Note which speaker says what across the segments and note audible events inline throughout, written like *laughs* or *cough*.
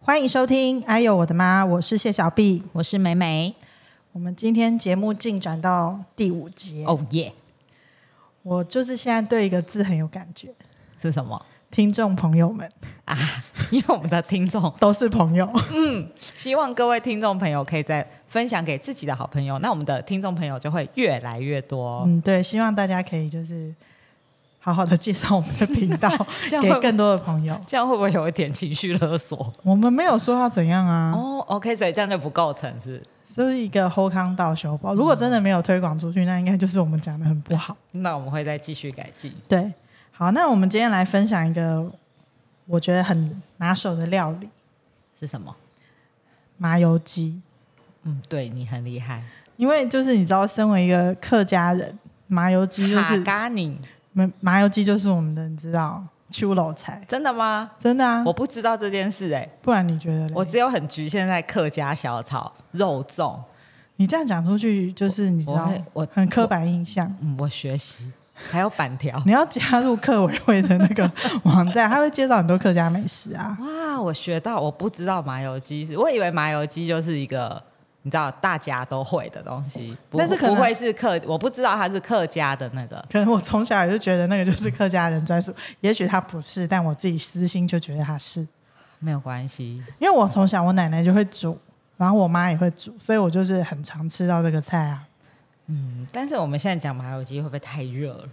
Speaker 1: 欢迎收听《哎呦我的妈》，我是谢小碧。
Speaker 2: 我是美美。
Speaker 1: 我们今天节目进展到第五集，
Speaker 2: 哦耶，
Speaker 1: 我就是现在对一个字很有感觉，
Speaker 2: 是什么？啊
Speaker 1: 听众朋友们
Speaker 2: *laughs* 因为我们的听众，
Speaker 1: 都是朋友，
Speaker 2: 希望各位听众朋友可以再分享给自己的好朋友，那我们的听众朋友就会越来越多。
Speaker 1: 嗯，对，希望大家可以就是好好的介绍我们的频道
Speaker 2: *laughs* 这样
Speaker 1: 给
Speaker 2: 会
Speaker 1: 更多的朋友。
Speaker 2: 这样会不会有一点情绪勒索？
Speaker 1: 我们没有说要怎样啊，
Speaker 2: 哦、o k 所以这样就不构成是不是
Speaker 1: 是一个后康到修包。如果真的没有推广出去，那应该就是我们讲的很不好。
Speaker 2: 那我们会再继续改进。
Speaker 1: 对，好，那我们今天来分享一个我觉得很拿手的料理
Speaker 2: 是什么？
Speaker 1: ——麻油鸡。
Speaker 2: 嗯，对你很厉害，
Speaker 1: 因为就是你知道，身为一个客家人，麻油鸡就
Speaker 2: 哈
Speaker 1: 是
Speaker 2: 嘎你
Speaker 1: 麻麻油鸡就是我们的，你知道秋楼菜，
Speaker 2: 真的吗？
Speaker 1: 真的啊
Speaker 2: 我，不知道这件事哎、
Speaker 1: 不然你觉得嘞？
Speaker 2: 我只有很局限在客家小炒、肉粽。
Speaker 1: 你这样讲出去，就是你知
Speaker 2: 我
Speaker 1: 道
Speaker 2: 会，我
Speaker 1: 很刻板印象。
Speaker 2: 嗯，我学习还有板条。
Speaker 1: 你要加入客委会的那个网站，他会介绍很多客家美食啊。
Speaker 2: 哇，我学到，我不知道麻油鸡是，我以为麻油鸡就是一个你知道大家都会的东西，不
Speaker 1: 但是可能
Speaker 2: 不会是客，我不知道它是客家的那个。
Speaker 1: 可能我从小也就觉得那个就是客家人专属，也许他不是，但我自己私心就觉得他是，
Speaker 2: 没有关系，
Speaker 1: 因为我从小我奶奶就会煮，然后我妈也会煮，所以我就是很常吃到这个菜啊。
Speaker 2: 嗯，但是我们现在讲麻油鸡会不会太热了？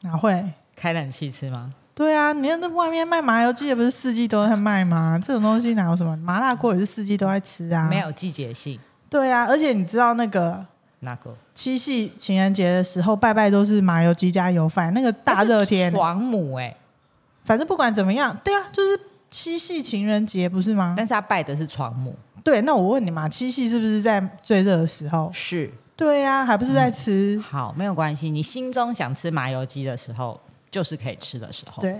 Speaker 1: 哪会？
Speaker 2: 开冷气吃吗？
Speaker 1: 对啊，你看那外面卖麻油鸡也不是四季都在卖吗？这种东西哪有什么？麻辣锅也是四季都在吃啊。
Speaker 2: 没。有季节性，
Speaker 1: 对啊，而且你知道那个
Speaker 2: 那个
Speaker 1: 七夕情人节的时候，拜拜都是麻油鸡加油饭，那个大热天，
Speaker 2: 皇母哎、
Speaker 1: 反正不管怎么样，对啊，就是七夕情人节不是吗？
Speaker 2: 但是他拜的是床母，
Speaker 1: 对，那我问你嘛，七夕是不是在最热的时候？
Speaker 2: 是
Speaker 1: 对啊，还不是在吃？
Speaker 2: 好，没有关系。你心中想吃麻油鸡的时候，就是可以吃的时候，
Speaker 1: 对，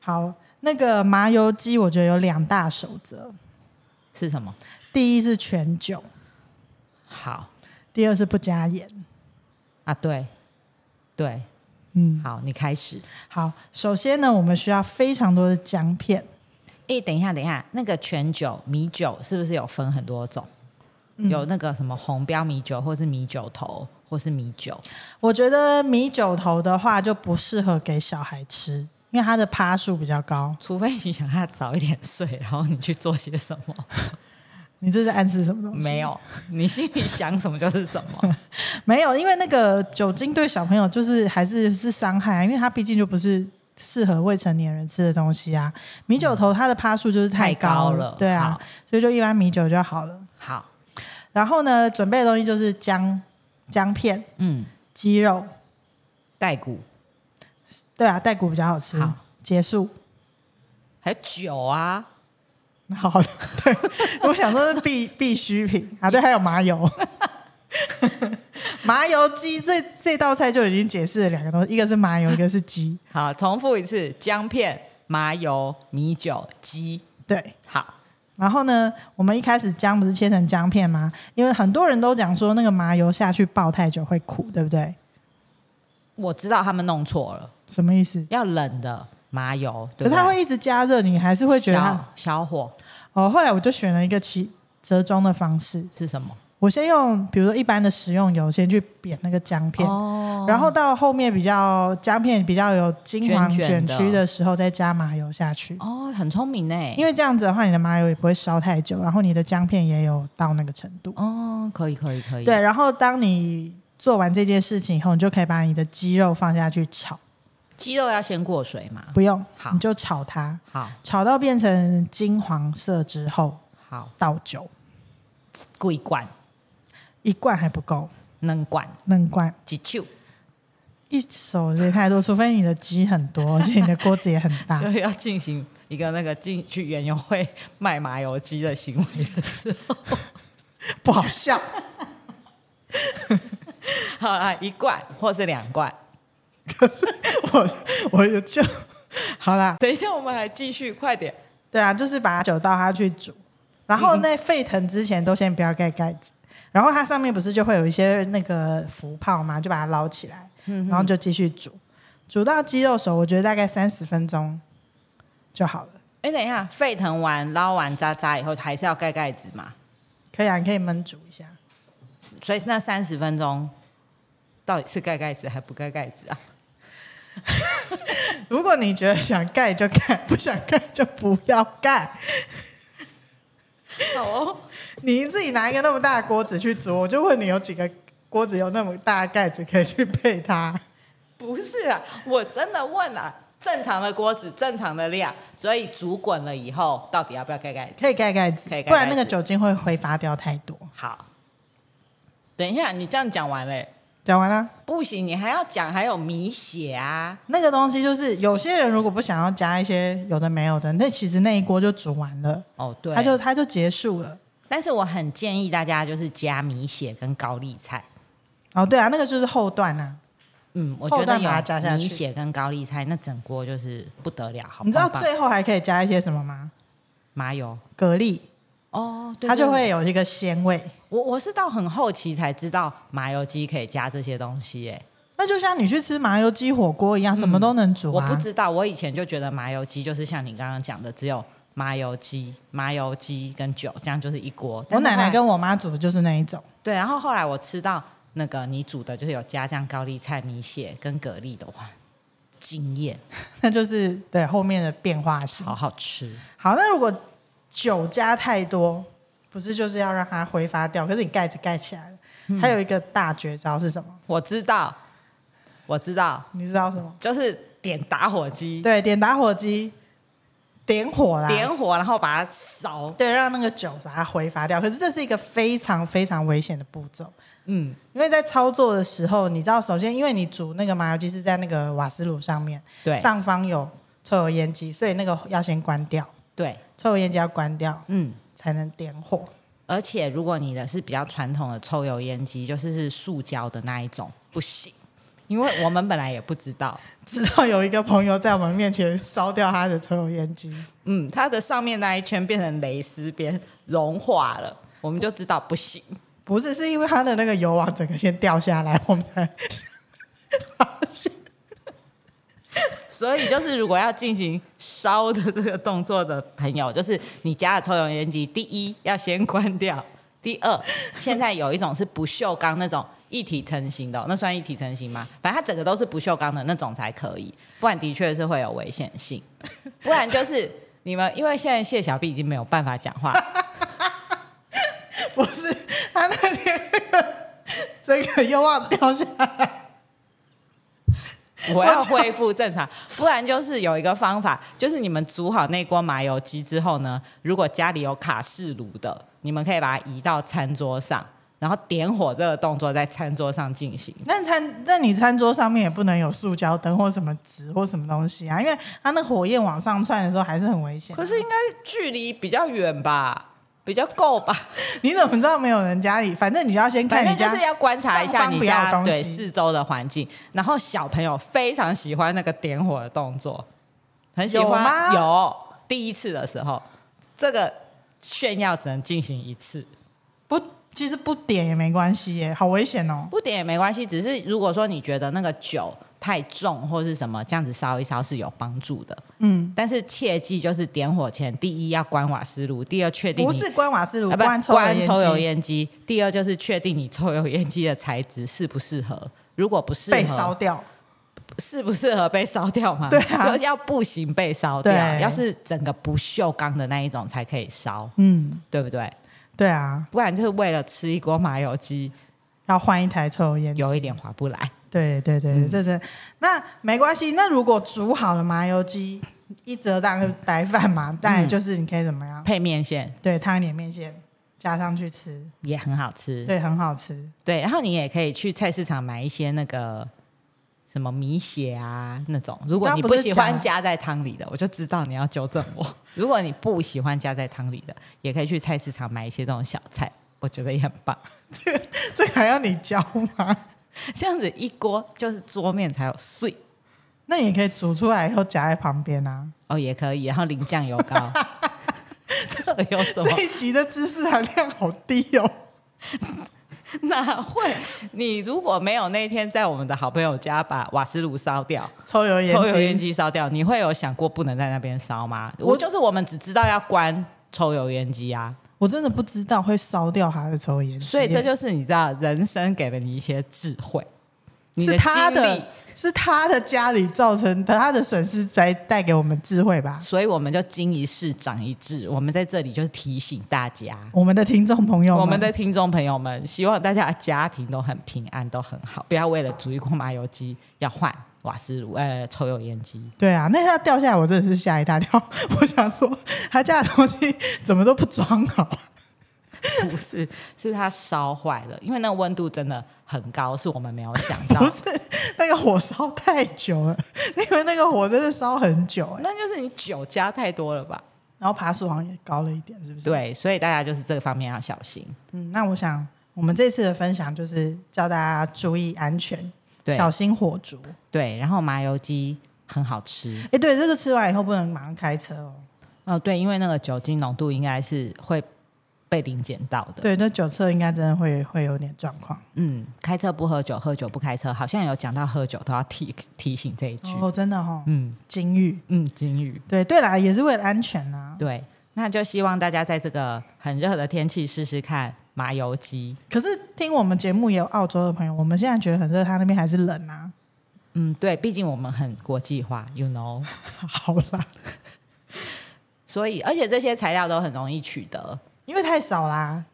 Speaker 1: 好，那个麻油鸡我觉得有两大守则，
Speaker 2: 是什么？
Speaker 1: 第一是全酒，
Speaker 2: 好
Speaker 1: 第二是不加盐。
Speaker 2: 啊，对对，
Speaker 1: 嗯，
Speaker 2: 好，你开始。
Speaker 1: 好，首先呢，我们需要非常多的姜片，
Speaker 2: 哎、等一下，等一下，那个全酒米酒是不是有分很多种？
Speaker 1: 嗯
Speaker 2: 有那个什么红标米酒，或是米酒头，或是米酒。
Speaker 1: 我觉得米酒头的话就不适合给小孩吃，因为它的趴数比较高。
Speaker 2: 除非你想他早一点睡，然后你去做些什么？
Speaker 1: 你这是暗示什么东西？
Speaker 2: 没有，你心里想什么就是什
Speaker 1: *laughs*
Speaker 2: 么。
Speaker 1: 没有，因为那个酒精对小朋友就是还是是伤害啊，因为它毕竟就不是适合未成年人吃的东西啊。米酒头它的趴数就是太高
Speaker 2: 嗯太高了
Speaker 1: 对啊
Speaker 2: 好，
Speaker 1: 所以就一般米酒就好了。
Speaker 2: 好，
Speaker 1: 然后呢，准备的东西就是姜、姜片、
Speaker 2: 嗯，
Speaker 1: 鸡肉，
Speaker 2: 带骨，
Speaker 1: 对啊，带骨比较好吃。
Speaker 2: 好
Speaker 1: 结束。
Speaker 2: 还有酒啊，
Speaker 1: *laughs* 好的，对，我想说是必必需品啊，对，还有麻油， *laughs* 麻油鸡这这道菜就已经解释了两个东西，一个是麻油，一个是鸡，
Speaker 2: 好，重复一次：姜片、麻油、米酒、鸡。
Speaker 1: 对。
Speaker 2: 好，
Speaker 1: 然后呢，我们一开始姜不是切成姜片吗？因为很多人都讲说那个麻油下去爆太久会苦，对不对？
Speaker 2: 我知道他们弄错了，
Speaker 1: 什么意思？
Speaker 2: 要冷的麻油，
Speaker 1: 可
Speaker 2: 对
Speaker 1: 是
Speaker 2: 不
Speaker 1: 它
Speaker 2: 对？
Speaker 1: 会一直加热，你还是会觉得它
Speaker 2: 小小火
Speaker 1: 哦。后来我就选了一个其折中的方式，
Speaker 2: 是什么？
Speaker 1: 我先用比如说一般的食用油先去煸那个姜片，
Speaker 2: 哦
Speaker 1: 然后到后面比较姜片比较有金黄
Speaker 2: 卷
Speaker 1: 卷
Speaker 2: 卷的
Speaker 1: 曲的时候，再加麻油下去，
Speaker 2: 哦，很聪明呢。
Speaker 1: 因为这样子的话，你的麻油也不会烧太久，然后你的姜片也有到那个程度。
Speaker 2: 哦，可以可以可以。
Speaker 1: 对，，然后当你做完这件事情以后，你就可以把你的鸡肉放下去炒，
Speaker 2: 鸡肉要先过水嘛。
Speaker 1: 不用，
Speaker 2: 嗯好
Speaker 1: 你就炒它，
Speaker 2: 好
Speaker 1: 炒到变成金黄色之后
Speaker 2: 好，
Speaker 1: 倒酒，
Speaker 2: 贵罐、
Speaker 1: 一罐还不够，
Speaker 2: 能罐、
Speaker 1: 两罐。
Speaker 2: 几球，
Speaker 1: 一手有点太多，除非你的鸡很多，而且你的锅子也很
Speaker 2: *laughs*
Speaker 1: 大
Speaker 2: 就。是 *laughs* 要进行一个那个进去园游会卖麻油鸡的行 *laughs* 为的时候。
Speaker 1: 不好笑。
Speaker 2: 好啦，一罐或是两罐。
Speaker 1: *laughs* 可是我我就好啦，
Speaker 2: 等一下，我们还继续，快点。
Speaker 1: 对啊，就是把酒倒下去煮，然后在沸腾之前都先不要盖盖子，然后它上面不是就会有一些那个浮泡嘛，就把它捞起来，然后就继续煮，煮到鸡肉熟，我觉得大概三十分钟就好了。
Speaker 2: 哎，等一下，沸腾完、捞完渣渣以后，还是要盖盖子嘛？
Speaker 1: 可以啊，你可以焖煮一下。
Speaker 2: 所以那三十分钟到底是盖盖子还不盖盖子啊？
Speaker 1: 如果你觉得想盖就盖，不想盖就不要盖。
Speaker 2: 好哦，
Speaker 1: 你自己拿一个那么大的锅子去煮，我就问你有几个锅子有那么大的盖子可以去配它？
Speaker 2: 不是啊，我真的问了、正常的锅子，正常的量，所以煮滚了以后，到底要不要盖盖子？
Speaker 1: 可以盖盖子，
Speaker 2: 可以盖盖子
Speaker 1: 不然那个酒精会挥发掉太多。
Speaker 2: 好，等一下，你这样讲完嘞，
Speaker 1: 讲完了，
Speaker 2: 不行，你还要讲还有米血啊，
Speaker 1: 那个东西就是有些人如果不想要加一些有的没有的，那其实那一锅就煮完了，
Speaker 2: 哦对，
Speaker 1: 它就它就结束了。
Speaker 2: 但是我很建议大家就是加米血跟高丽菜。
Speaker 1: 哦，对啊，那个就是后段啊。
Speaker 2: 嗯，我
Speaker 1: 后
Speaker 2: 觉得
Speaker 1: 段把它加
Speaker 2: 有
Speaker 1: 下去
Speaker 2: 米血跟高丽菜，那整锅就是不得了，好
Speaker 1: 你知道
Speaker 2: 棒棒
Speaker 1: 最后还可以加一些什么吗？
Speaker 2: 麻油
Speaker 1: 蛤蜊，
Speaker 2: 哦，对
Speaker 1: 它就
Speaker 2: 对
Speaker 1: 会有一个鲜味。
Speaker 2: 我我是到很后期才知道麻油鸡可以加这些东西耶、
Speaker 1: 那就像你去吃麻油鸡火锅一样，什么都能煮
Speaker 2: 嗯我
Speaker 1: 啊。
Speaker 2: 不知道，我以前就觉得麻油鸡就是像你刚刚讲的，只有麻油鸡、麻油鸡跟酒，这样就是一锅。
Speaker 1: 我
Speaker 2: 但是
Speaker 1: 奶
Speaker 2: 后
Speaker 1: 奶
Speaker 2: 来
Speaker 1: 跟我妈煮的就是那一种。 *laughs*
Speaker 2: 对，然后后来我吃到那个你煮的，就是有加酱高丽菜、米血跟蛤蜊的，哇，惊艳，
Speaker 1: 那就是对后面的变化性。
Speaker 2: 好好吃。
Speaker 1: 好，那如果酒加太多，不是就是要让它挥发掉？可是你盖子盖起来了，
Speaker 2: 嗯
Speaker 1: 还有一个大绝招是什么？
Speaker 2: 我知道，我知道，
Speaker 1: 你知道什么？
Speaker 2: 就是点打火机，
Speaker 1: 对，啊点打火机，点火啦，
Speaker 2: 点火然后把它烧。
Speaker 1: 对，让那个酒把它挥发掉。可是这是一个非常非常危险的步骤，
Speaker 2: 嗯，
Speaker 1: 因为在操作的时候，你知道，首先因为你煮那个麻油鸡是在那个瓦斯炉上面，
Speaker 2: 对
Speaker 1: 上方有抽油烟机，所以那个要先关掉，
Speaker 2: 对，
Speaker 1: 抽油烟机要关掉
Speaker 2: 嗯。
Speaker 1: 才能点火。
Speaker 2: 而且如果你的是比较传统的抽油烟机，就是是塑胶的那一种，不行，因为我们本来也不知道， *laughs*
Speaker 1: 直到有一个朋友在我们面前烧掉他的抽油烟机，
Speaker 2: 嗯，它的上面那一圈变成蕾丝边融化了，我们就知道不行。
Speaker 1: 不是，是因为他的那个油网整个先掉下来，我们才发现。
Speaker 2: 所以就是如果要进行烧的这个动作的朋友，就是你家的抽油烟机，第一要先关掉。 *laughs* 第二，现在有一种是不锈钢那种一体成型的哦、那算一体成型吗？反正它整个都是不锈钢的那种才可以，不然的确是会有危险性。 *laughs* 不然就是你们，因为现在谢小碧已经没有办法讲话，
Speaker 1: 不是，他那天那个整个油网掉下来，
Speaker 2: *laughs* 我要恢复正常，不然就是有一个方法，就是你们煮好那锅麻油鸡之后呢，如果家里有卡式炉的，你们可以把它移到餐桌上，然后点火这个动作在餐桌上进行。
Speaker 1: 那餐那你餐桌上面也不能有塑胶灯或什么纸或什么东西啊，因为他那火焰往上窜的时候还是很危险。
Speaker 2: 可是应该距离比较远吧，比较够吧？
Speaker 1: 你怎么知道没有人家里？反正你要先
Speaker 2: *laughs* 反
Speaker 1: 看
Speaker 2: 正
Speaker 1: 你
Speaker 2: 就
Speaker 1: 家，
Speaker 2: 是要观察一下
Speaker 1: 上方
Speaker 2: 你
Speaker 1: 不要有
Speaker 2: 家
Speaker 1: 东
Speaker 2: 对
Speaker 1: 西。
Speaker 2: 四周的环境。然后小朋友非常喜欢那个点火的动作，很喜
Speaker 1: 有
Speaker 2: 欢。
Speaker 1: 吗
Speaker 2: 有第一次的时候，这个炫耀只能进行一次。
Speaker 1: 不，其实不点也没关系耶，好危险哦。
Speaker 2: 不点也没关系，只是如果说你觉得那个酒太重或是什么，这样子烧一烧是有帮助的。
Speaker 1: 嗯，
Speaker 2: 但是切记就是点火前，第一要关瓦斯炉，第二确定你
Speaker 1: 不是关瓦斯炉，
Speaker 2: 啊不
Speaker 1: 关抽
Speaker 2: 关抽油
Speaker 1: 油烟
Speaker 2: 烟机，第二就是确定你抽油烟机的材质适不适合。如果不适
Speaker 1: 机
Speaker 2: 合，
Speaker 1: 被烧掉。
Speaker 2: 适不适合被烧掉嘛？
Speaker 1: *laughs* 对啊
Speaker 2: 就要不行被烧掉，
Speaker 1: 对
Speaker 2: 要是整个不锈钢的那一种才可以烧，
Speaker 1: 嗯，
Speaker 2: 对不对？
Speaker 1: 对啊，
Speaker 2: 不然就是为了吃一锅麻油鸡，
Speaker 1: 要换一台抽油烟机。
Speaker 2: 有一点嗯划不来。
Speaker 1: 对对对，这是那没关系。那如果煮好了麻油鸡，一折当白饭嘛，当
Speaker 2: 嗯
Speaker 1: 然就是你可以怎么样？
Speaker 2: 配面线
Speaker 1: 对，烫一点面线加上去吃，
Speaker 2: 也很好吃，
Speaker 1: 对，很好吃。 *laughs*
Speaker 2: 对，然后你也可以去菜市场买一些那个什么米血啊那种。如果
Speaker 1: 刚
Speaker 2: 你
Speaker 1: 刚不
Speaker 2: 不
Speaker 1: 是
Speaker 2: 喜欢
Speaker 1: 讲
Speaker 2: 加在汤里的，我就知道你要纠正
Speaker 1: *laughs*
Speaker 2: 我。如果你不喜欢加在汤里的，也可以去菜市场买一些这种小菜，我觉得也很棒。
Speaker 1: 这个还要你教吗？
Speaker 2: 这样子一锅就是桌面才有碎
Speaker 1: 那你也可以煮出来以后夹在旁边啊。
Speaker 2: 哦，也可以。然后淋酱油
Speaker 1: *laughs*
Speaker 2: 膏，这有什么？
Speaker 1: 这一集的知识含量好低哦。
Speaker 2: 哪会？你如果没有那天在我们的好朋友家把瓦斯炉烧掉，
Speaker 1: 抽油烟
Speaker 2: 抽油烟
Speaker 1: 机，
Speaker 2: 机烧掉，你会有想过不能在那边烧吗？
Speaker 1: 我
Speaker 2: 我就是我们只知道要关抽油烟机啊，
Speaker 1: 我真的不知道会烧掉他的抽烟机，
Speaker 2: 所以这就是你知道，人生给了你一些智慧。你
Speaker 1: 是他
Speaker 2: 经历
Speaker 1: 的，是他的家里造成的他的损失，才带给我们智慧吧。
Speaker 2: 所以我们就经一事长一智。我们在这里就是提醒大家，
Speaker 1: 我们的听众朋友们，
Speaker 2: 我们的听众朋友们，希望大家家庭都很平安，都很好，不要为了煮一锅麻油鸡要换瓦斯炉，呃，抽油烟机。 *laughs*
Speaker 1: 对啊，那他掉下来，我真的是吓一大跳。 *laughs* 我想说，他家的东西怎么都不装好， *laughs*
Speaker 2: 不是，是它烧坏了，因为那个温度真的很高，是我们没有想到
Speaker 1: 不。是那个火烧太久了， *laughs* 因为那个火真的烧很久哎、
Speaker 2: 那就是你酒加太多了吧？
Speaker 1: 然后爬树好像也高了一点，是不是？，
Speaker 2: 对，所以大家就是这个方面要小心。
Speaker 1: 嗯，那我想我们这次的分享就是叫大家注意安全，
Speaker 2: 对
Speaker 1: 小心火烛。
Speaker 2: 对，然后麻油鸡很好吃。
Speaker 1: 哎，对，这个吃完以后不能马上开车哦。
Speaker 2: 哦，对，因为那个酒精浓度应该是会被零检到的。
Speaker 1: 对，那酒测应该真的会会有点状况。
Speaker 2: 嗯，开车不喝酒，喝酒不开车，好像有讲到喝酒都要提提醒这一句。
Speaker 1: 哦，真的哦，
Speaker 2: 嗯
Speaker 1: 金玉。
Speaker 2: 嗯，金鱼。
Speaker 1: 对对啦，也是为了安全啊。
Speaker 2: 对，那就希望大家在这个很热的天气试试看麻油鸡。
Speaker 1: 可是听我们节目也有澳洲的朋友，我们现在觉得很热，他那边还是冷啊。
Speaker 2: 嗯，对，毕竟我们很国际化，you know。
Speaker 1: *laughs* 好啦，
Speaker 2: 所以，而且这些材料都很容易取得，
Speaker 1: 因为太少啦，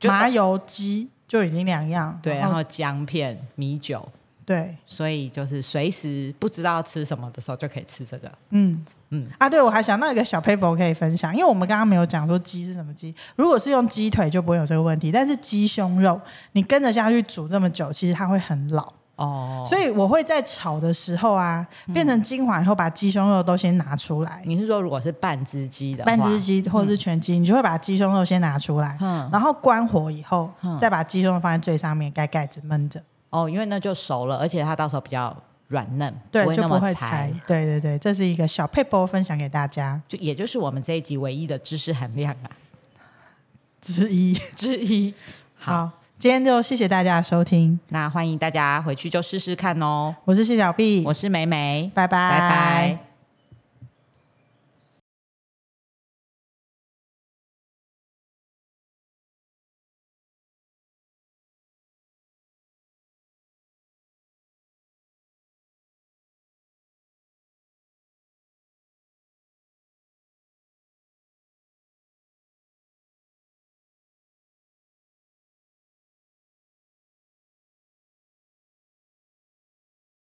Speaker 2: 就
Speaker 1: 麻油鸡就已经两样，
Speaker 2: 对，
Speaker 1: 然
Speaker 2: 然
Speaker 1: 后
Speaker 2: 后姜片、米酒，
Speaker 1: 对，
Speaker 2: 所以就是随时不知道吃什么的时候就可以吃这个。
Speaker 1: 嗯
Speaker 2: 嗯
Speaker 1: 嗯啊，对，我还想到一个小 paper 可以分享，因为我们刚刚没有讲说鸡是什么鸡，如果是用鸡腿就不会有这个问题，但是鸡胸肉你跟着下去煮这么久，其实它会很老。
Speaker 2: 哦，嗯
Speaker 1: 所以我会在炒的时候啊，变成精华以后，把鸡胸肉都先拿出来，
Speaker 2: 你是说如果是半只鸡的话
Speaker 1: 半只，鸡或者是全鸡，你就会把鸡胸肉先拿出来，
Speaker 2: 嗯，
Speaker 1: 然后关火以后
Speaker 2: 嗯，
Speaker 1: 再把鸡胸肉放在最上面，盖盖子焖着，
Speaker 2: 哦，因为那就熟了，而且它到时候比较软嫩，
Speaker 1: 对，
Speaker 2: 会
Speaker 1: 就
Speaker 2: 那
Speaker 1: 不
Speaker 2: 么
Speaker 1: 会
Speaker 2: 柴
Speaker 1: 柴。。对对对，这是一个小配波分享给大家
Speaker 2: 就也就是我们这一集唯一的知识含量啊
Speaker 1: 之一。
Speaker 2: 之一。好，
Speaker 1: 好，今天就谢谢大家的收听， *laughs*
Speaker 2: 那欢迎大家回去就试试看哦。
Speaker 1: 我是谢小碧，
Speaker 2: 我是美美，
Speaker 1: 拜拜
Speaker 2: 拜拜